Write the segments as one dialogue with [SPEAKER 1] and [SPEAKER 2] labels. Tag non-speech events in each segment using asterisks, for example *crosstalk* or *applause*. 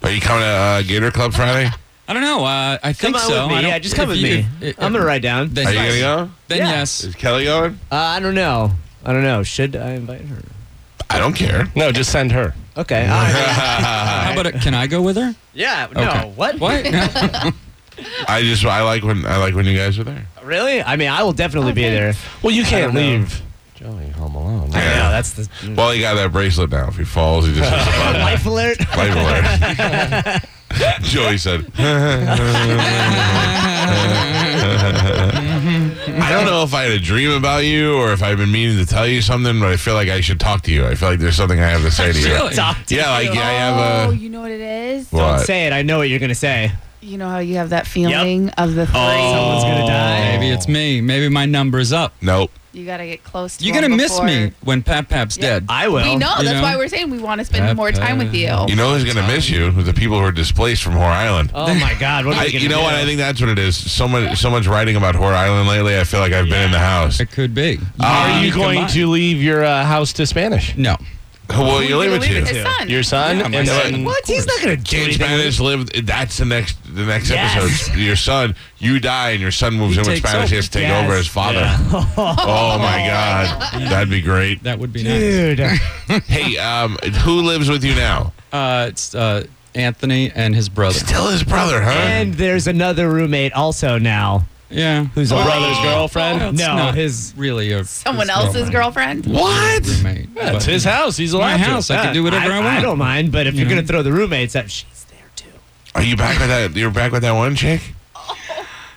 [SPEAKER 1] Are you coming to uh, Gator Club Friday?
[SPEAKER 2] I don't know. Uh, I
[SPEAKER 3] Come
[SPEAKER 2] think
[SPEAKER 3] out
[SPEAKER 2] so.
[SPEAKER 3] with
[SPEAKER 2] I
[SPEAKER 3] me.
[SPEAKER 2] don't-
[SPEAKER 3] Yeah, just come
[SPEAKER 2] if
[SPEAKER 3] with
[SPEAKER 2] you-
[SPEAKER 3] me.
[SPEAKER 2] if-
[SPEAKER 3] I'm gonna ride down.
[SPEAKER 2] Then
[SPEAKER 1] Are
[SPEAKER 2] yes.
[SPEAKER 1] you gonna
[SPEAKER 2] Then
[SPEAKER 3] Yeah.
[SPEAKER 1] go?
[SPEAKER 2] yes.
[SPEAKER 1] Is Kelly going?
[SPEAKER 3] Uh, I don't know. I don't know. Should I invite her?
[SPEAKER 1] I don't care. *laughs*
[SPEAKER 4] No, just send her.
[SPEAKER 3] Okay. all right.
[SPEAKER 2] How about it? Can I go with her?
[SPEAKER 3] yeah. No.
[SPEAKER 2] Okay.
[SPEAKER 3] What? *laughs*
[SPEAKER 2] What? *laughs*
[SPEAKER 1] I just I like when I like when you guys are there.
[SPEAKER 3] Really? I mean, I will definitely be
[SPEAKER 5] Okay.
[SPEAKER 3] there.
[SPEAKER 4] Well, you can't
[SPEAKER 3] know.
[SPEAKER 4] leave Joey home alone.
[SPEAKER 3] I know. That's the
[SPEAKER 1] Well, he got that bracelet now. If he falls, he just has a
[SPEAKER 3] *laughs* life alert.
[SPEAKER 1] life alert. *laughs* Joey said, *laughs* "I don't know if I had a dream about you or if I've been meaning to tell you something, but I feel like I should talk to you. I feel like there's something I have to say to you.
[SPEAKER 3] *laughs*
[SPEAKER 2] really?
[SPEAKER 3] Stop.
[SPEAKER 1] Yeah, like I
[SPEAKER 5] oh,
[SPEAKER 1] have a
[SPEAKER 5] you know what it is?
[SPEAKER 1] what?
[SPEAKER 3] Don't say it. I know what you're gonna say.
[SPEAKER 5] You know how you have that feeling of the three. Oh.
[SPEAKER 3] Someone's gonna die.
[SPEAKER 2] Maybe it's me. Maybe my number's up.
[SPEAKER 1] Nope.
[SPEAKER 5] You gotta get close. to
[SPEAKER 2] You're gonna
[SPEAKER 5] them
[SPEAKER 2] miss me
[SPEAKER 5] before-
[SPEAKER 2] when Pat Pap's
[SPEAKER 5] Yeah.
[SPEAKER 2] dead.
[SPEAKER 3] I will.
[SPEAKER 5] We know.
[SPEAKER 2] You
[SPEAKER 5] That's
[SPEAKER 2] know?
[SPEAKER 5] why we're saying we want to spend more time with you.
[SPEAKER 1] You know who's gonna miss you? The people who are displaced from Whore Island.
[SPEAKER 3] Oh my God! What are
[SPEAKER 1] I,
[SPEAKER 3] we gonna
[SPEAKER 1] you know
[SPEAKER 3] do?
[SPEAKER 1] what? I think that's what it is. So much, so much writing about Whore Island lately. I feel like I've been in the house.
[SPEAKER 2] It could be.
[SPEAKER 4] Are you
[SPEAKER 2] Come
[SPEAKER 4] going
[SPEAKER 2] on.
[SPEAKER 4] to leave your uh, house to Spanish?
[SPEAKER 2] No.
[SPEAKER 1] Well, you leave it to.
[SPEAKER 5] His son.
[SPEAKER 4] Your son?
[SPEAKER 2] Yeah, my
[SPEAKER 4] and
[SPEAKER 2] son.
[SPEAKER 4] then-
[SPEAKER 3] What? He's not gonna do
[SPEAKER 1] James
[SPEAKER 3] anything.
[SPEAKER 1] Spanish lived. That's the next the next
[SPEAKER 3] Yes.
[SPEAKER 1] episode. Your son, you die, and your son moves
[SPEAKER 2] He
[SPEAKER 1] in with
[SPEAKER 2] takes
[SPEAKER 1] Spanish. He has to take
[SPEAKER 3] Yes.
[SPEAKER 1] over as father.
[SPEAKER 3] *laughs*
[SPEAKER 1] oh my God, that'd be great.
[SPEAKER 2] That would be nice.
[SPEAKER 3] Dude.
[SPEAKER 1] Hey, um, who lives with you now?
[SPEAKER 2] Uh, it's uh, Anthony and his brother.
[SPEAKER 1] Still his brother, huh?
[SPEAKER 3] and there's another roommate also now. Oh,
[SPEAKER 2] Yeah.
[SPEAKER 3] Who's a
[SPEAKER 4] Brother's girlfriend?
[SPEAKER 2] Well, it's
[SPEAKER 3] No,
[SPEAKER 2] not
[SPEAKER 3] his-
[SPEAKER 2] really a
[SPEAKER 5] Someone
[SPEAKER 2] his
[SPEAKER 5] else's girlfriend.
[SPEAKER 1] what?
[SPEAKER 2] Roommate,
[SPEAKER 4] Yeah, it's
[SPEAKER 2] but-
[SPEAKER 4] his house. He's allowed
[SPEAKER 2] My
[SPEAKER 4] to.
[SPEAKER 2] house. I can do whatever I, want.
[SPEAKER 3] I don't mind, but if you are
[SPEAKER 2] know?
[SPEAKER 3] gonna throw the roommates up, she's there too.
[SPEAKER 1] Are you back with that? You're back with that one chick?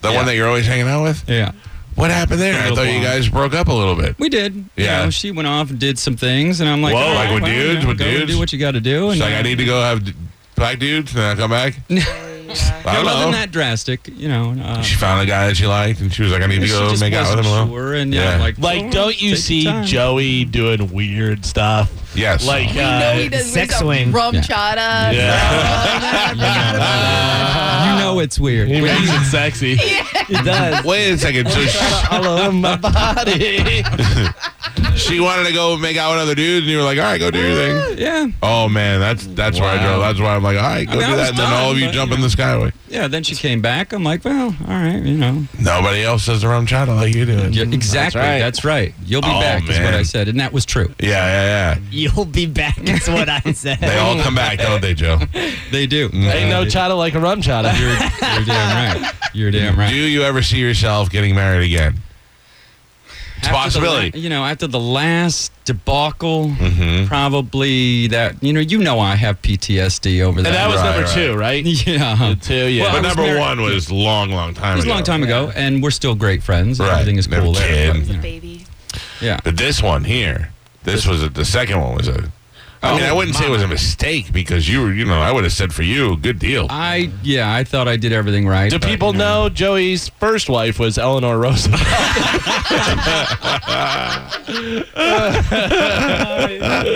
[SPEAKER 1] The
[SPEAKER 2] Yeah.
[SPEAKER 1] one that you're always hanging out with?
[SPEAKER 2] Yeah.
[SPEAKER 1] What happened there? I
[SPEAKER 4] Little
[SPEAKER 1] thought you
[SPEAKER 4] blonde.
[SPEAKER 1] guys broke up a little bit.
[SPEAKER 2] We did.
[SPEAKER 1] Yeah.
[SPEAKER 2] You know, she went off and did some things, and I'm like,
[SPEAKER 1] Whoa,
[SPEAKER 2] all
[SPEAKER 1] like with
[SPEAKER 2] well, you
[SPEAKER 1] dudes,
[SPEAKER 2] know,
[SPEAKER 1] with
[SPEAKER 2] go and
[SPEAKER 1] dudes?
[SPEAKER 2] Do what you got to do. And
[SPEAKER 1] She's like,
[SPEAKER 2] uh,
[SPEAKER 1] I need to go have d- black dudes, and then I come
[SPEAKER 2] *laughs*
[SPEAKER 1] back. I
[SPEAKER 2] It
[SPEAKER 1] don't know.
[SPEAKER 2] wasn't that drastic, you know.
[SPEAKER 1] *laughs*
[SPEAKER 2] Uh,
[SPEAKER 1] She found a guy that she liked, and she was like, I need to
[SPEAKER 2] she
[SPEAKER 1] go
[SPEAKER 2] just
[SPEAKER 1] make out
[SPEAKER 2] wasn't
[SPEAKER 1] with him alone.
[SPEAKER 2] sure, and
[SPEAKER 1] Yeah.
[SPEAKER 2] I'm like,
[SPEAKER 4] Like,
[SPEAKER 2] "Oh,
[SPEAKER 4] don't you
[SPEAKER 2] take your
[SPEAKER 4] see
[SPEAKER 2] time." *laughs*
[SPEAKER 4] Joey doing weird *laughs* stuff?
[SPEAKER 1] Yes.
[SPEAKER 4] Like, uh,
[SPEAKER 5] no, he does.
[SPEAKER 3] sex
[SPEAKER 5] Sex
[SPEAKER 3] swing.
[SPEAKER 5] swing. Rum
[SPEAKER 2] Yeah.
[SPEAKER 5] chata. *laughs*
[SPEAKER 2] You know it's weird.
[SPEAKER 4] he
[SPEAKER 2] We-
[SPEAKER 4] makes it sexy.
[SPEAKER 3] It does.
[SPEAKER 1] Wait a second. So she,
[SPEAKER 4] All over my body.
[SPEAKER 1] she wanted to go make out with other dudes, and you were like, all right, go do your thing.
[SPEAKER 2] yeah,
[SPEAKER 1] Oh, man. That's that's where I
[SPEAKER 4] Wow.
[SPEAKER 1] drove. That's why I'm like, all right, go
[SPEAKER 2] I
[SPEAKER 1] do
[SPEAKER 2] mean, I was
[SPEAKER 1] that. And then
[SPEAKER 2] done,
[SPEAKER 1] all of you
[SPEAKER 2] but,
[SPEAKER 1] jump
[SPEAKER 2] you
[SPEAKER 1] in the skyway.
[SPEAKER 2] yeah. Then she came back. I'm like, well, all right, you know,
[SPEAKER 1] Nobody else does their own channel like you do. it.
[SPEAKER 2] Yeah, exactly.
[SPEAKER 4] right.
[SPEAKER 2] That's right. You'll be
[SPEAKER 1] Oh,
[SPEAKER 2] back, is what
[SPEAKER 1] man.
[SPEAKER 2] I said, and that was true.
[SPEAKER 1] Yeah, yeah, yeah.
[SPEAKER 3] *laughs* You'll be back. Is what
[SPEAKER 4] *laughs*
[SPEAKER 3] I
[SPEAKER 1] They
[SPEAKER 3] said.
[SPEAKER 1] all come back, don't they, Joe?
[SPEAKER 2] They do.
[SPEAKER 1] Mm.
[SPEAKER 4] Ain't no chata like a rum *laughs* chata.
[SPEAKER 2] You're, you're damn right. You're damn *laughs* right.
[SPEAKER 1] Do you ever see yourself getting married again?
[SPEAKER 2] After the
[SPEAKER 1] possibility. Mm-hmm.
[SPEAKER 2] la- you know, after the last debacle, probably that. You know, you know, I have PTSD over that.
[SPEAKER 4] And that was
[SPEAKER 1] Right,
[SPEAKER 4] number
[SPEAKER 1] right.
[SPEAKER 4] two, right?
[SPEAKER 2] *laughs* yeah.
[SPEAKER 4] The two, yeah.
[SPEAKER 2] Well,
[SPEAKER 1] But
[SPEAKER 2] I was
[SPEAKER 1] number
[SPEAKER 2] married-
[SPEAKER 1] one was long, long time
[SPEAKER 2] It was a
[SPEAKER 1] ago.
[SPEAKER 2] long time ago, and we're still great friends. and
[SPEAKER 1] Right.
[SPEAKER 2] Everything is
[SPEAKER 1] Never
[SPEAKER 2] cool there.
[SPEAKER 1] kid.
[SPEAKER 2] but, you know,
[SPEAKER 5] baby.
[SPEAKER 2] yeah.
[SPEAKER 1] But this one here, this was a, the second one was a. I
[SPEAKER 2] Oh,
[SPEAKER 1] mean, I wouldn't say it was a mistake because you were, you know, I would have said for you, good deal.
[SPEAKER 2] I yeah, I thought I did everything right.
[SPEAKER 4] Do
[SPEAKER 2] but,
[SPEAKER 4] people
[SPEAKER 2] you
[SPEAKER 4] know Joey's first wife was Eleanor Roosevelt? *laughs*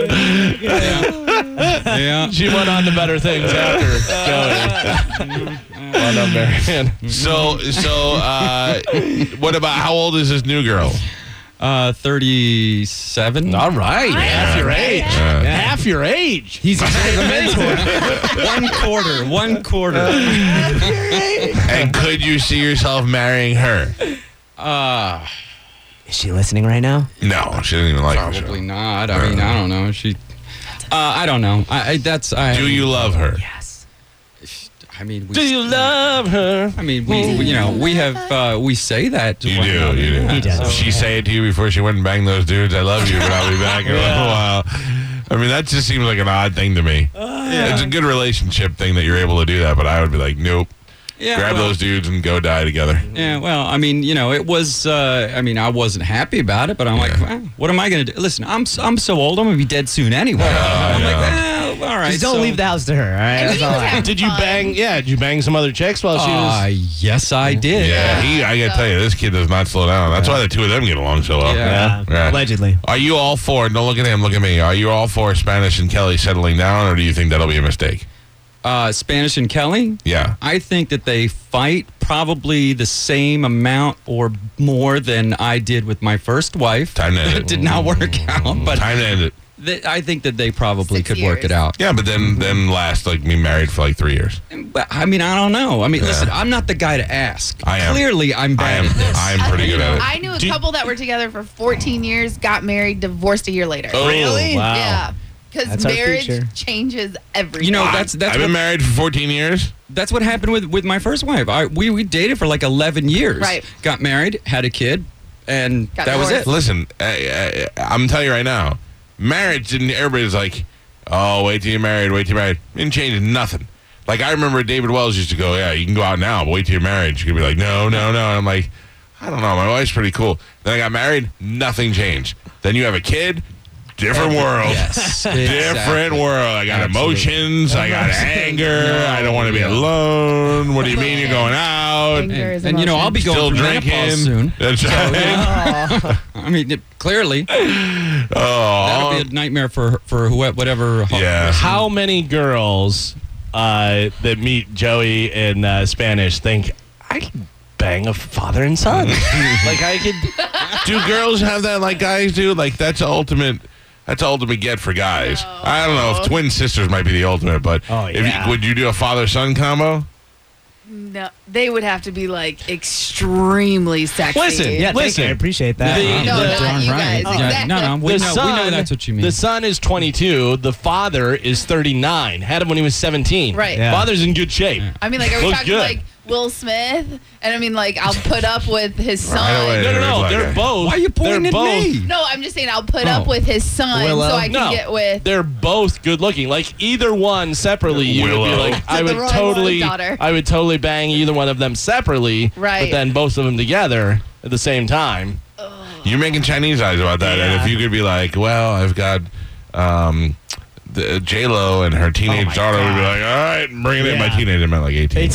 [SPEAKER 2] Yeah.
[SPEAKER 4] *laughs* she went on to better things after Joey. well done, *laughs* Marianne.
[SPEAKER 1] So, so, uh, what about how old is this new girl?
[SPEAKER 2] *laughs* Uh, thirty-seven.
[SPEAKER 4] All right. Half your age.
[SPEAKER 1] Yeah.
[SPEAKER 4] Half your age.
[SPEAKER 3] He's a
[SPEAKER 4] *laughs*
[SPEAKER 3] mentor.
[SPEAKER 2] one quarter. One quarter.
[SPEAKER 1] And could you see yourself marrying her?
[SPEAKER 2] Uh,
[SPEAKER 3] Is she listening right now?
[SPEAKER 1] No, she didn't even like her.
[SPEAKER 2] probably not. I mean, I don't know. She. Uh, I don't know. I, I that's I.
[SPEAKER 1] Do you love her?
[SPEAKER 3] Yes.
[SPEAKER 2] I mean, we,
[SPEAKER 4] Do you love her?
[SPEAKER 2] I mean, we, we you know we have uh, we say that. To
[SPEAKER 1] You
[SPEAKER 2] one
[SPEAKER 1] do,
[SPEAKER 2] another.
[SPEAKER 1] you do.
[SPEAKER 3] He does.
[SPEAKER 1] She say it to you before she went and banged those dudes. I love you, but I'll be back in a little while. I mean, that just seems like an odd thing to me.
[SPEAKER 2] Uh,
[SPEAKER 1] It's a good relationship thing that you're able to do that, but I would be like, nope.
[SPEAKER 2] Yeah,
[SPEAKER 1] Grab
[SPEAKER 2] well,
[SPEAKER 1] those dudes and go die together.
[SPEAKER 2] Yeah, well, I mean, you know, it was. Uh, I mean, I wasn't happy about it, but I'm like, wow, what am I going to do? Listen, I'm s- I'm so old, I'm going to be dead soon anyway. I'm like, well, all right.
[SPEAKER 3] Just don't
[SPEAKER 2] so-
[SPEAKER 3] leave the house to her. All right.
[SPEAKER 4] *laughs*
[SPEAKER 3] That's all I-
[SPEAKER 4] Did you bang? Yeah, did you bang some other chicks while she
[SPEAKER 2] Uh,
[SPEAKER 4] was?
[SPEAKER 2] yes, I did.
[SPEAKER 1] Yeah, he. I gotta tell you, this kid does not slow down. That's why the two of them get along so well.
[SPEAKER 2] Yeah.
[SPEAKER 3] Yeah.
[SPEAKER 1] Yeah.
[SPEAKER 3] Uh, Allegedly.
[SPEAKER 1] Are you all for? Don't look at him. Look at me. Are you all for Spanish and Kelly settling down, or do you think that'll be a mistake?
[SPEAKER 2] Uh, Spanish and Kelly.
[SPEAKER 1] Yeah.
[SPEAKER 2] I think that they fight probably the same amount or more than I did with my first wife.
[SPEAKER 1] Time to end it.
[SPEAKER 2] *laughs* It did not work out, but
[SPEAKER 1] Time to end it.
[SPEAKER 2] th- I think that they probably
[SPEAKER 5] Six
[SPEAKER 2] could work it
[SPEAKER 5] years.
[SPEAKER 2] out.
[SPEAKER 1] Yeah, but then then last like me married for like three years.
[SPEAKER 2] But I mean, I don't know. I mean, listen, I'm not the guy to ask.
[SPEAKER 1] I am.
[SPEAKER 2] Clearly, I'm
[SPEAKER 1] I
[SPEAKER 2] bad
[SPEAKER 1] am
[SPEAKER 2] at this.
[SPEAKER 1] I am pretty good at it.
[SPEAKER 5] I knew a couple that were together for 14 years, got married, divorced a year later.
[SPEAKER 4] Really?
[SPEAKER 3] Wow.
[SPEAKER 5] Yeah. Because
[SPEAKER 3] That's our
[SPEAKER 5] marriage
[SPEAKER 3] future.
[SPEAKER 5] changes everything.
[SPEAKER 2] you know, that's that's
[SPEAKER 1] I've
[SPEAKER 2] what,
[SPEAKER 1] been married for 14 years.
[SPEAKER 2] that's what happened with with my first wife. I we we dated for like 11 years.
[SPEAKER 5] Right.
[SPEAKER 2] Got married, had a kid, and
[SPEAKER 5] Got
[SPEAKER 2] that was it.
[SPEAKER 5] divorced.
[SPEAKER 1] Listen, I, I, I'm telling you right now, marriage didn't. Everybody's like, oh, wait till you're married, wait till you're married. It didn't change nothing. Like I remember David Wells used to go, yeah, you can go out now, but wait till you're married. She'd be like, no, no, no. And I'm like, I don't know. My wife's pretty cool. Then I got married. Nothing changed. Then you have a kid. Different world.
[SPEAKER 5] *laughs*
[SPEAKER 2] Yes.
[SPEAKER 1] Different
[SPEAKER 2] exactly.
[SPEAKER 1] world. I got
[SPEAKER 2] Absolutely.
[SPEAKER 1] emotions. I got
[SPEAKER 2] *laughs*
[SPEAKER 1] anger. I don't want to be
[SPEAKER 2] yeah.
[SPEAKER 1] alone. What do you mean you're going out?
[SPEAKER 5] Anger is
[SPEAKER 2] And, and, you know, I'll be going
[SPEAKER 1] Still
[SPEAKER 2] through
[SPEAKER 1] drinking.
[SPEAKER 2] menopause soon.
[SPEAKER 1] That's right.
[SPEAKER 2] I mean, it- clearly,
[SPEAKER 1] *laughs* Oh,
[SPEAKER 2] that'll be a nightmare for for whoe- whatever. ho-
[SPEAKER 1] yeah.
[SPEAKER 4] How many girls uh, that meet Joey in uh, Spanish think I could bang a father
[SPEAKER 3] *laughs*
[SPEAKER 4] and son? like I could.
[SPEAKER 1] *laughs* do girls have that like guys do? Like that's the ultimate. That's the ultimate get for guys. I don't know if twin sisters might be the ultimate, but
[SPEAKER 4] Oh,
[SPEAKER 1] if
[SPEAKER 4] yeah.
[SPEAKER 1] you, would you do a father son combo?
[SPEAKER 5] No, they would have to be like extremely sexy.
[SPEAKER 4] Listen, yeah,
[SPEAKER 3] Thank you, I
[SPEAKER 4] listen.
[SPEAKER 3] appreciate that.
[SPEAKER 4] The-
[SPEAKER 2] Yeah,
[SPEAKER 5] No,
[SPEAKER 2] you're
[SPEAKER 5] not you guys.
[SPEAKER 2] Yeah, no, no, we
[SPEAKER 4] the
[SPEAKER 2] know,
[SPEAKER 4] son,
[SPEAKER 2] we know that's what you mean.
[SPEAKER 4] The son is 22. The father is 39. Had him when he was 17.
[SPEAKER 5] Right.
[SPEAKER 3] Yeah.
[SPEAKER 4] Father's in good shape.
[SPEAKER 5] I mean, like, are we
[SPEAKER 4] Looks
[SPEAKER 5] talking
[SPEAKER 4] good.
[SPEAKER 5] like Will Smith? And I mean, like, I'll put up with his son.
[SPEAKER 1] away.
[SPEAKER 4] No, no, no.
[SPEAKER 1] Black
[SPEAKER 4] They're
[SPEAKER 1] guy.
[SPEAKER 4] both.
[SPEAKER 2] Why are you pointing
[SPEAKER 4] they're
[SPEAKER 2] at
[SPEAKER 4] both,
[SPEAKER 2] me?
[SPEAKER 5] No, I'm just saying I'll put up
[SPEAKER 2] Oh.
[SPEAKER 5] with his son
[SPEAKER 3] Willow?
[SPEAKER 5] so I can
[SPEAKER 4] No.
[SPEAKER 5] get with.
[SPEAKER 4] They're both good looking. Like either one separately, you would be
[SPEAKER 1] Willow.
[SPEAKER 4] like, I
[SPEAKER 5] the
[SPEAKER 4] would
[SPEAKER 5] wrong
[SPEAKER 4] totally,
[SPEAKER 5] daughter.
[SPEAKER 4] I would totally bang either one of them separately. But
[SPEAKER 5] Right.
[SPEAKER 4] then both of them together at the same time.
[SPEAKER 1] You're making Chinese eyes about that, and if you could be like, well, I've got. Um, the, J-Lo and her teenage
[SPEAKER 3] my
[SPEAKER 1] daughter would be
[SPEAKER 3] God.
[SPEAKER 1] like, all right, bringing in my
[SPEAKER 3] Yeah.
[SPEAKER 1] teenager meant like 18.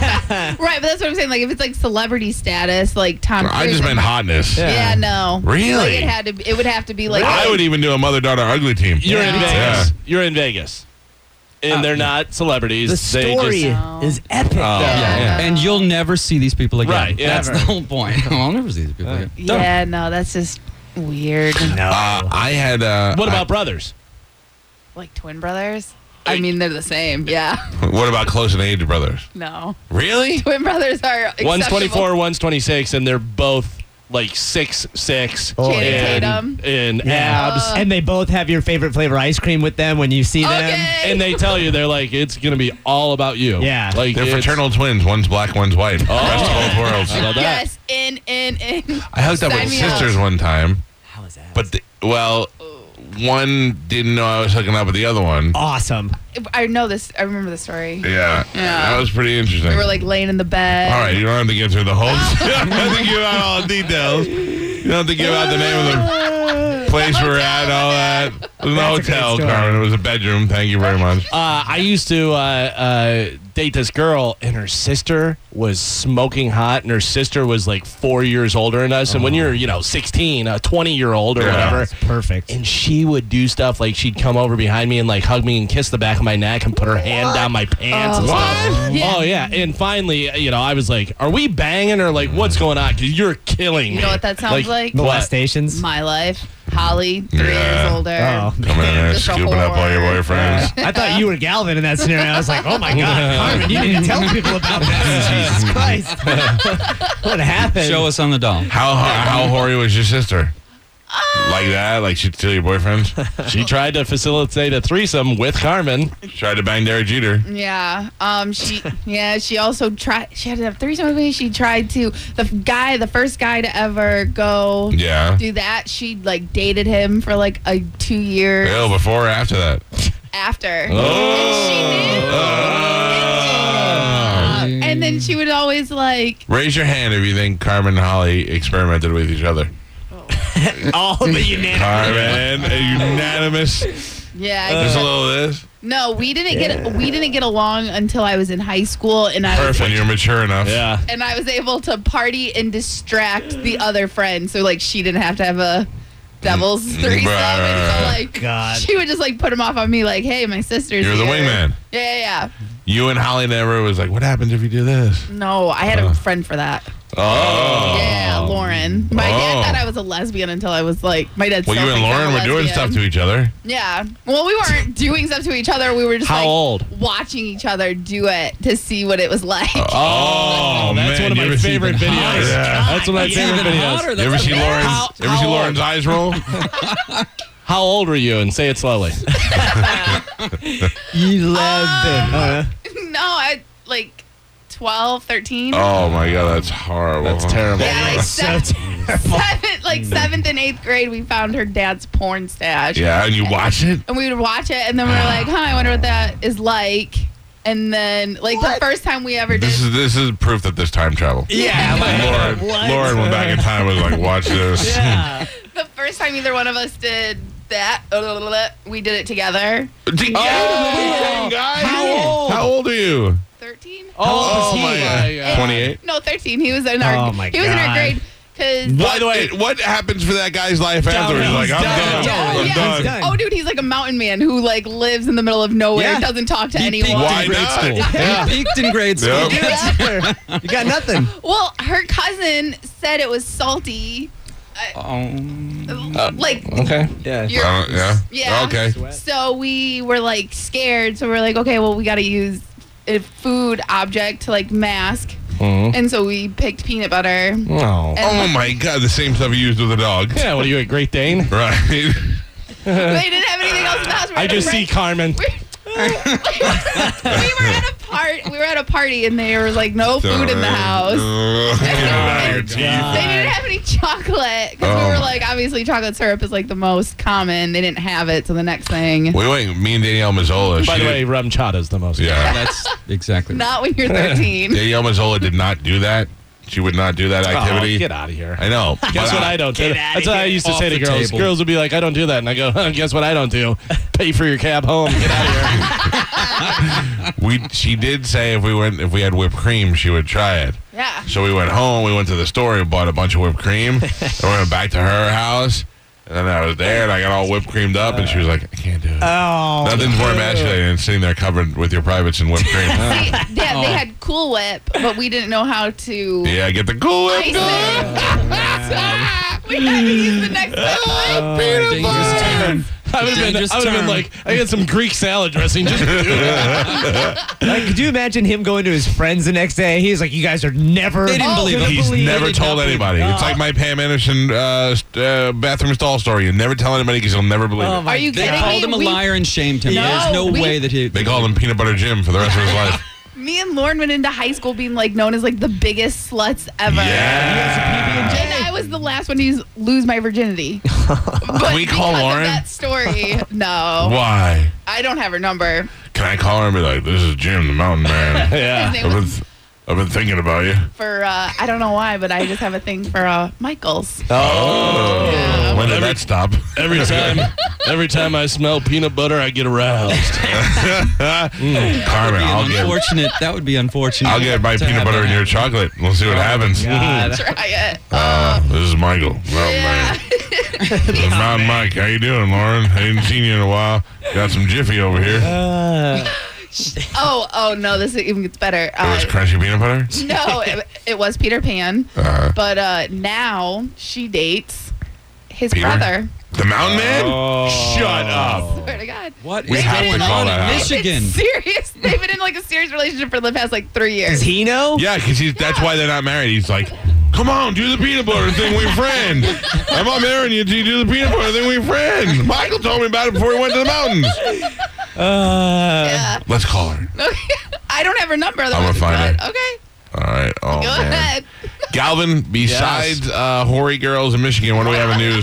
[SPEAKER 5] Right, but that's what I'm saying. Like, if it's like celebrity status, like Tom Cruise.
[SPEAKER 1] I just
[SPEAKER 5] and-
[SPEAKER 1] meant hotness.
[SPEAKER 5] Yeah,
[SPEAKER 4] Yeah.
[SPEAKER 5] no.
[SPEAKER 1] Really?
[SPEAKER 5] Like, it had to. Be, it would have to be like.
[SPEAKER 1] I would even do a mother-daughter ugly team.
[SPEAKER 4] You're in
[SPEAKER 5] Yeah.
[SPEAKER 4] Vegas. You're in Vegas, and
[SPEAKER 2] Uh,
[SPEAKER 4] they're not celebrities.
[SPEAKER 3] the
[SPEAKER 4] they
[SPEAKER 3] story
[SPEAKER 4] Just,
[SPEAKER 3] is epic.
[SPEAKER 4] Oh,
[SPEAKER 3] though.
[SPEAKER 2] Yeah,
[SPEAKER 5] Yeah.
[SPEAKER 2] and you'll never see these people again.
[SPEAKER 4] Right, yeah.
[SPEAKER 2] that's the
[SPEAKER 3] Never.
[SPEAKER 2] whole point. *laughs* I'll never see these people again. Don't.
[SPEAKER 5] Yeah, no, that's just weird.
[SPEAKER 3] No.
[SPEAKER 1] Uh, I had. Uh,
[SPEAKER 4] what about brothers?
[SPEAKER 5] like twin brothers. I mean, they're the same. Yeah. *laughs*
[SPEAKER 1] I- what about close in age brothers?
[SPEAKER 5] No,
[SPEAKER 1] Really?
[SPEAKER 5] twin brothers are. Acceptable.
[SPEAKER 4] One's 24, one's 26, and they're both like six six
[SPEAKER 3] Oh,
[SPEAKER 5] Channing
[SPEAKER 3] yeah.
[SPEAKER 5] Tatum.
[SPEAKER 4] and, and
[SPEAKER 3] Yeah.
[SPEAKER 4] abs.
[SPEAKER 3] and they both have your favorite flavor ice cream with them when you see them.
[SPEAKER 5] Okay.
[SPEAKER 4] and they tell you they're like it's gonna be all about you.
[SPEAKER 3] Yeah.
[SPEAKER 4] like
[SPEAKER 1] They're
[SPEAKER 4] it's-
[SPEAKER 1] fraternal twins. One's black, one's white.
[SPEAKER 3] Oh.
[SPEAKER 1] Best of both worlds.
[SPEAKER 4] I love that.
[SPEAKER 5] yes, in in in.
[SPEAKER 1] I hooked up
[SPEAKER 5] Sign
[SPEAKER 1] with
[SPEAKER 5] me up.
[SPEAKER 1] sisters one time,
[SPEAKER 3] How is that?
[SPEAKER 1] but the, well, one didn't know I was hooking up with the other one.
[SPEAKER 3] awesome.
[SPEAKER 5] I know this. I remember the story.
[SPEAKER 1] Yeah,
[SPEAKER 5] Yeah.
[SPEAKER 1] that was pretty interesting.
[SPEAKER 5] We were like laying in the bed.
[SPEAKER 1] all right, you don't have to get through
[SPEAKER 3] *laughs*
[SPEAKER 1] the whole. *laughs* I have to give out all the details. You don't have to give out the name of the place we were at, all that. It was an
[SPEAKER 3] That's a great
[SPEAKER 1] hotel,
[SPEAKER 3] story.
[SPEAKER 1] Carmen. It was a bedroom. Thank you very much.
[SPEAKER 4] Uh, I used to uh, uh, date this girl, and her sister was smoking hot, and her sister was like four years older than us.
[SPEAKER 3] Oh.
[SPEAKER 4] And when you're, you know, 16, a 20 year old or
[SPEAKER 1] Yeah.
[SPEAKER 4] whatever,
[SPEAKER 3] Perfect.
[SPEAKER 4] and she would do stuff like she'd come over behind me and like hug me and kiss the back of my neck and put her hand down my pants and stuff.
[SPEAKER 5] Yeah.
[SPEAKER 4] Oh yeah, and finally, you know, I was like, "Are we banging or like what's going on? Because you're killing me."
[SPEAKER 5] You know what that sounds like?
[SPEAKER 3] Molestations.
[SPEAKER 5] My life. Holly, three
[SPEAKER 1] Yeah.
[SPEAKER 5] years older.
[SPEAKER 3] Oh.
[SPEAKER 1] Coming in there,
[SPEAKER 5] Just a
[SPEAKER 1] scooping up all your
[SPEAKER 5] whore.
[SPEAKER 1] boyfriends.
[SPEAKER 3] I thought you were Galvin in that scenario. I was like, oh my God, Carmen, you need to tell people about this. Jesus Christ. *laughs* what happened?
[SPEAKER 2] Show us on the doll.
[SPEAKER 1] How how hoary was your sister?
[SPEAKER 3] Uh,
[SPEAKER 1] Like that? Like she'd steal your boyfriend?
[SPEAKER 4] She tried to facilitate a threesome with Carmen.
[SPEAKER 1] Tried to bang Derek Jeter.
[SPEAKER 5] Yeah. Um. She. yeah. She also tried. She had to have threesome with me. She tried to. The f- guy, the first guy to ever go
[SPEAKER 1] Yeah.
[SPEAKER 5] do that. She like dated him for like a two years
[SPEAKER 1] Bill, before or after that?
[SPEAKER 5] after.
[SPEAKER 1] Oh.
[SPEAKER 5] Uh, And then she would always like.
[SPEAKER 1] Raise your hand if you think Carmen and Holly experimented with each other.
[SPEAKER 3] all the unanimous.
[SPEAKER 1] Carmen, a *laughs* unanimous.
[SPEAKER 5] Yeah. I
[SPEAKER 1] There's
[SPEAKER 5] guess-
[SPEAKER 1] a little of this.
[SPEAKER 5] no, we didn't get we didn't get along until I was in high school and I was
[SPEAKER 1] When you're mature enough.
[SPEAKER 4] Yeah.
[SPEAKER 5] and I was able to party and distract the other friend. So like she didn't have to have a devil's
[SPEAKER 1] Mm.
[SPEAKER 5] threesome. And so like
[SPEAKER 3] God.
[SPEAKER 5] she would just like put him off on me, like, hey, my sister's
[SPEAKER 1] You're the
[SPEAKER 5] here."
[SPEAKER 1] wingman.
[SPEAKER 5] Yeah, yeah, yeah.
[SPEAKER 1] You and Holly never was like, what happens if you do this?
[SPEAKER 5] No, I had a friend for that.
[SPEAKER 1] Uh. Oh.
[SPEAKER 5] Yeah, Lauren. My
[SPEAKER 1] Oh.
[SPEAKER 5] dad thought I was a lesbian until I was like, my dad.
[SPEAKER 1] Well,
[SPEAKER 5] still
[SPEAKER 1] you and
[SPEAKER 5] thinks I'm
[SPEAKER 1] Lauren
[SPEAKER 5] a
[SPEAKER 1] were doing
[SPEAKER 5] lesbian.
[SPEAKER 1] stuff to each other.
[SPEAKER 5] Yeah. Well, we weren't doing stuff to each other. We were just
[SPEAKER 4] How
[SPEAKER 5] like
[SPEAKER 4] old?
[SPEAKER 5] watching each other do it to see what it was *laughs* like.
[SPEAKER 1] Oh,
[SPEAKER 4] that's
[SPEAKER 1] man,
[SPEAKER 4] one of
[SPEAKER 1] you
[SPEAKER 4] my
[SPEAKER 1] ever seen-
[SPEAKER 4] favorite videos.
[SPEAKER 1] hotter. Yeah.
[SPEAKER 4] That's one of my
[SPEAKER 2] It's
[SPEAKER 4] favorite
[SPEAKER 2] even
[SPEAKER 4] videos.
[SPEAKER 2] hotter.
[SPEAKER 1] You ever
[SPEAKER 2] That's
[SPEAKER 1] see
[SPEAKER 2] amazing.
[SPEAKER 1] Lauren's?
[SPEAKER 4] How-
[SPEAKER 1] you ever see
[SPEAKER 4] how
[SPEAKER 1] Lauren's eyes roll?
[SPEAKER 4] How old were you? And say it
[SPEAKER 5] *laughs*
[SPEAKER 4] slowly.
[SPEAKER 5] Oh,
[SPEAKER 3] Eleven. Uh,
[SPEAKER 5] no, I like 12, 13.
[SPEAKER 1] *laughs* Oh my god, that's horrible.
[SPEAKER 4] That's terrible.
[SPEAKER 5] Yeah, like
[SPEAKER 3] Oh, so
[SPEAKER 5] seventh, seventh, like seventh and eighth grade, we found her dad's porn stash.
[SPEAKER 1] Yeah, and you watch it.
[SPEAKER 5] and we would watch it, and then we were like, "Huh, I wonder what that is like." And then, like the first time we ever did,
[SPEAKER 1] This is this is proof that there's time travel.
[SPEAKER 3] yeah.
[SPEAKER 1] Lauren,
[SPEAKER 3] what?
[SPEAKER 1] Lauren went back in time and was like, watch this.
[SPEAKER 3] Yeah.
[SPEAKER 5] the first time either one of us did that, we did it together.
[SPEAKER 1] Together, *laughs* same guy?
[SPEAKER 4] How old?
[SPEAKER 1] How old are you?
[SPEAKER 5] Thirteen?
[SPEAKER 4] Oh,
[SPEAKER 1] my
[SPEAKER 4] my
[SPEAKER 1] God.
[SPEAKER 4] God.
[SPEAKER 1] 28?
[SPEAKER 5] No, thirteen. He was in our.
[SPEAKER 3] Oh, my
[SPEAKER 5] he was in our
[SPEAKER 3] God.
[SPEAKER 5] grade because.
[SPEAKER 1] What,
[SPEAKER 4] the way-
[SPEAKER 1] did- what happens for that guy's life afterwards?
[SPEAKER 4] he's
[SPEAKER 1] Like, I'm done.
[SPEAKER 4] done.
[SPEAKER 5] Yeah,
[SPEAKER 1] I'm
[SPEAKER 5] yeah.
[SPEAKER 1] done.
[SPEAKER 3] done.
[SPEAKER 5] Oh, dude, he's like a mountain man who like lives in the middle of nowhere,
[SPEAKER 3] Yeah.
[SPEAKER 5] doesn't talk to
[SPEAKER 2] He peaked
[SPEAKER 5] anyone.
[SPEAKER 2] in
[SPEAKER 1] Why
[SPEAKER 2] grade
[SPEAKER 1] not?
[SPEAKER 2] school.
[SPEAKER 4] Yeah.
[SPEAKER 2] He peaked in grade school.
[SPEAKER 1] Yep.
[SPEAKER 3] You got nothing.
[SPEAKER 5] Well, her cousin said it was salty.
[SPEAKER 2] Um,
[SPEAKER 5] like
[SPEAKER 4] Okay.
[SPEAKER 3] Yeah.
[SPEAKER 5] your
[SPEAKER 1] Uh, yeah.
[SPEAKER 5] Yeah.
[SPEAKER 1] Okay.
[SPEAKER 5] So we were like scared. So we are like, okay, well, we got to use a food object to like mask.
[SPEAKER 4] Mhm.
[SPEAKER 5] And so we picked peanut butter. *laughs*
[SPEAKER 4] Oh.
[SPEAKER 1] Oh my god, the same stuff you used with a
[SPEAKER 4] *laughs*
[SPEAKER 1] dog.
[SPEAKER 4] Yeah, what are you, a Great Dane?
[SPEAKER 1] Right.
[SPEAKER 5] They didn't have anything else in the house. We were
[SPEAKER 4] I
[SPEAKER 5] at a
[SPEAKER 4] just see Carmen.
[SPEAKER 5] friend- we *laughs* we were at a part. We were at a party, and there was like no food in the house.
[SPEAKER 1] Your teeth.
[SPEAKER 5] They didn't have any chocolate because
[SPEAKER 1] Oh
[SPEAKER 5] we
[SPEAKER 1] my-
[SPEAKER 5] were like, obviously, chocolate syrup is like the most common. They didn't have it, so the next thing.
[SPEAKER 1] Wait, wait. Me and Danielle Mazzola.
[SPEAKER 4] By
[SPEAKER 1] she
[SPEAKER 4] the way,
[SPEAKER 1] did-
[SPEAKER 4] rum chata is the most.
[SPEAKER 1] yeah.
[SPEAKER 2] that's exactly right.
[SPEAKER 5] Not when
[SPEAKER 4] *laughs*
[SPEAKER 5] you're 13.
[SPEAKER 1] Danielle Mazzola did not do that. She would not do
[SPEAKER 3] Uh-huh.
[SPEAKER 1] that
[SPEAKER 4] Oh,
[SPEAKER 1] activity.
[SPEAKER 4] get out of here.
[SPEAKER 1] I
[SPEAKER 3] *laughs*
[SPEAKER 1] know.
[SPEAKER 4] Guess
[SPEAKER 1] but
[SPEAKER 4] what I, don't do?
[SPEAKER 3] Get outta
[SPEAKER 4] That's what I
[SPEAKER 3] here.
[SPEAKER 4] used to
[SPEAKER 2] Off
[SPEAKER 4] say to
[SPEAKER 2] the
[SPEAKER 4] girls.
[SPEAKER 2] table.
[SPEAKER 4] Girls would be like, I don't do that. And I go, huh, guess what I don't *laughs* do? Pay for your cab home. Get out of here.
[SPEAKER 1] We she did say if we went if we had whipped cream she would try it.
[SPEAKER 5] Yeah.
[SPEAKER 1] So we went home. We went to the store and bought a bunch of whipped cream.
[SPEAKER 3] *laughs*
[SPEAKER 1] and we went back to her house. And then I was there and I got all whipped creamed up and she was like, I can't do it.
[SPEAKER 3] Oh.
[SPEAKER 1] Nothing's more emasculating than sitting there covered with your privates and whipped
[SPEAKER 3] *laughs*
[SPEAKER 1] cream.
[SPEAKER 5] They, yeah, they had Cool Whip, but we didn't know how to
[SPEAKER 1] yeah, get the cool
[SPEAKER 5] *laughs*
[SPEAKER 1] whip.
[SPEAKER 5] ice it. we had to use the
[SPEAKER 1] *laughs*
[SPEAKER 5] next best thing.
[SPEAKER 1] Oh,
[SPEAKER 2] Dangerous term.
[SPEAKER 4] I would have been,
[SPEAKER 2] Dangerous
[SPEAKER 4] I would've been
[SPEAKER 2] term.
[SPEAKER 4] like, I got some Greek salad dressing. Just
[SPEAKER 3] Like, could you imagine him going to his friends the next day? He's like, "You guys are never."
[SPEAKER 2] They
[SPEAKER 5] Oh.
[SPEAKER 2] didn't believe
[SPEAKER 3] gonna
[SPEAKER 2] him.
[SPEAKER 1] He's
[SPEAKER 3] believe
[SPEAKER 1] never
[SPEAKER 3] it."
[SPEAKER 1] told anybody. It's like my Pam Anderson uh, st- uh, bathroom stall story. You never tell anybody because you'll never believe
[SPEAKER 3] Oh
[SPEAKER 1] it.
[SPEAKER 3] my
[SPEAKER 5] Are you
[SPEAKER 2] They
[SPEAKER 5] kidding
[SPEAKER 2] called
[SPEAKER 5] me?
[SPEAKER 2] him a
[SPEAKER 5] We-
[SPEAKER 2] liar and shamed him.
[SPEAKER 5] No,
[SPEAKER 2] There's no
[SPEAKER 5] we-
[SPEAKER 2] way that he.
[SPEAKER 1] They called him Peanut Butter Jim for the rest of his life.
[SPEAKER 5] Me and Lauren went into high school being like known as like the biggest sluts ever.
[SPEAKER 1] Yeah.
[SPEAKER 5] And I was the last one to use, lose my virginity.
[SPEAKER 2] *laughs*
[SPEAKER 5] Can
[SPEAKER 1] we call Lauren?
[SPEAKER 5] that story,
[SPEAKER 1] *laughs*
[SPEAKER 5] no,
[SPEAKER 1] Why?
[SPEAKER 5] I don't have her number.
[SPEAKER 1] Can I call her and be like, this is Jim, the mountain man.
[SPEAKER 4] *laughs*
[SPEAKER 5] His
[SPEAKER 4] *laughs* yeah.
[SPEAKER 5] name
[SPEAKER 1] I've
[SPEAKER 5] was
[SPEAKER 1] been, I've been thinking about you.
[SPEAKER 5] for uh, I don't know why, but I just have a thing for uh,
[SPEAKER 1] *laughs*
[SPEAKER 5] Michaels.
[SPEAKER 1] Oh.
[SPEAKER 5] Yeah.
[SPEAKER 1] When did that stop?
[SPEAKER 4] Every time, every time I smell peanut butter, I get aroused.
[SPEAKER 1] Carmen, I'll
[SPEAKER 2] Be
[SPEAKER 1] get,
[SPEAKER 2] unfortunate. That would be unfortunate.
[SPEAKER 1] I'll get my
[SPEAKER 2] to
[SPEAKER 1] peanut
[SPEAKER 2] have
[SPEAKER 1] butter
[SPEAKER 2] that
[SPEAKER 1] and your
[SPEAKER 2] happen.
[SPEAKER 1] chocolate. We'll see what happens.
[SPEAKER 3] God.
[SPEAKER 5] Try it.
[SPEAKER 1] Uh, this is Michael. Mountain
[SPEAKER 5] yeah.
[SPEAKER 1] man. Mountain Mike. How you doing, Lauren? I ain't seen you in a while. Got some Jiffy over here. It
[SPEAKER 5] oh, oh no, this even gets better.
[SPEAKER 1] was
[SPEAKER 5] Uh,
[SPEAKER 1] crunchy peanut butter.
[SPEAKER 5] no, it, it was Peter Pan, but uh, now she dates his
[SPEAKER 1] Peter?
[SPEAKER 5] brother.
[SPEAKER 1] The Mountain Man? Shut up.
[SPEAKER 5] *laughs* Swear to God.
[SPEAKER 2] What?
[SPEAKER 1] We
[SPEAKER 2] is
[SPEAKER 1] have to
[SPEAKER 2] going
[SPEAKER 1] call
[SPEAKER 2] on
[SPEAKER 1] that
[SPEAKER 2] in
[SPEAKER 1] out.
[SPEAKER 2] Michigan.
[SPEAKER 5] It's serious. *laughs* They've been in like a serious relationship for the past like three
[SPEAKER 3] Does
[SPEAKER 5] years.
[SPEAKER 3] he know?
[SPEAKER 1] Yeah, because that's why they're not married. He's like, come on, do the peanut butter thing. We friends. I'm not marrying you till you do the peanut butter thing. We friends. Michael told me about it before he went to the mountains.
[SPEAKER 3] Uh,
[SPEAKER 5] Yeah. *laughs*
[SPEAKER 1] Let's call her.
[SPEAKER 5] I don't have her number. Though,
[SPEAKER 1] I'm gonna find
[SPEAKER 5] but- Okay.
[SPEAKER 1] All right. Oh,
[SPEAKER 5] Go
[SPEAKER 1] man.
[SPEAKER 5] ahead.
[SPEAKER 1] Galvin, besides uh, hoary girls in Michigan, what do we have in news?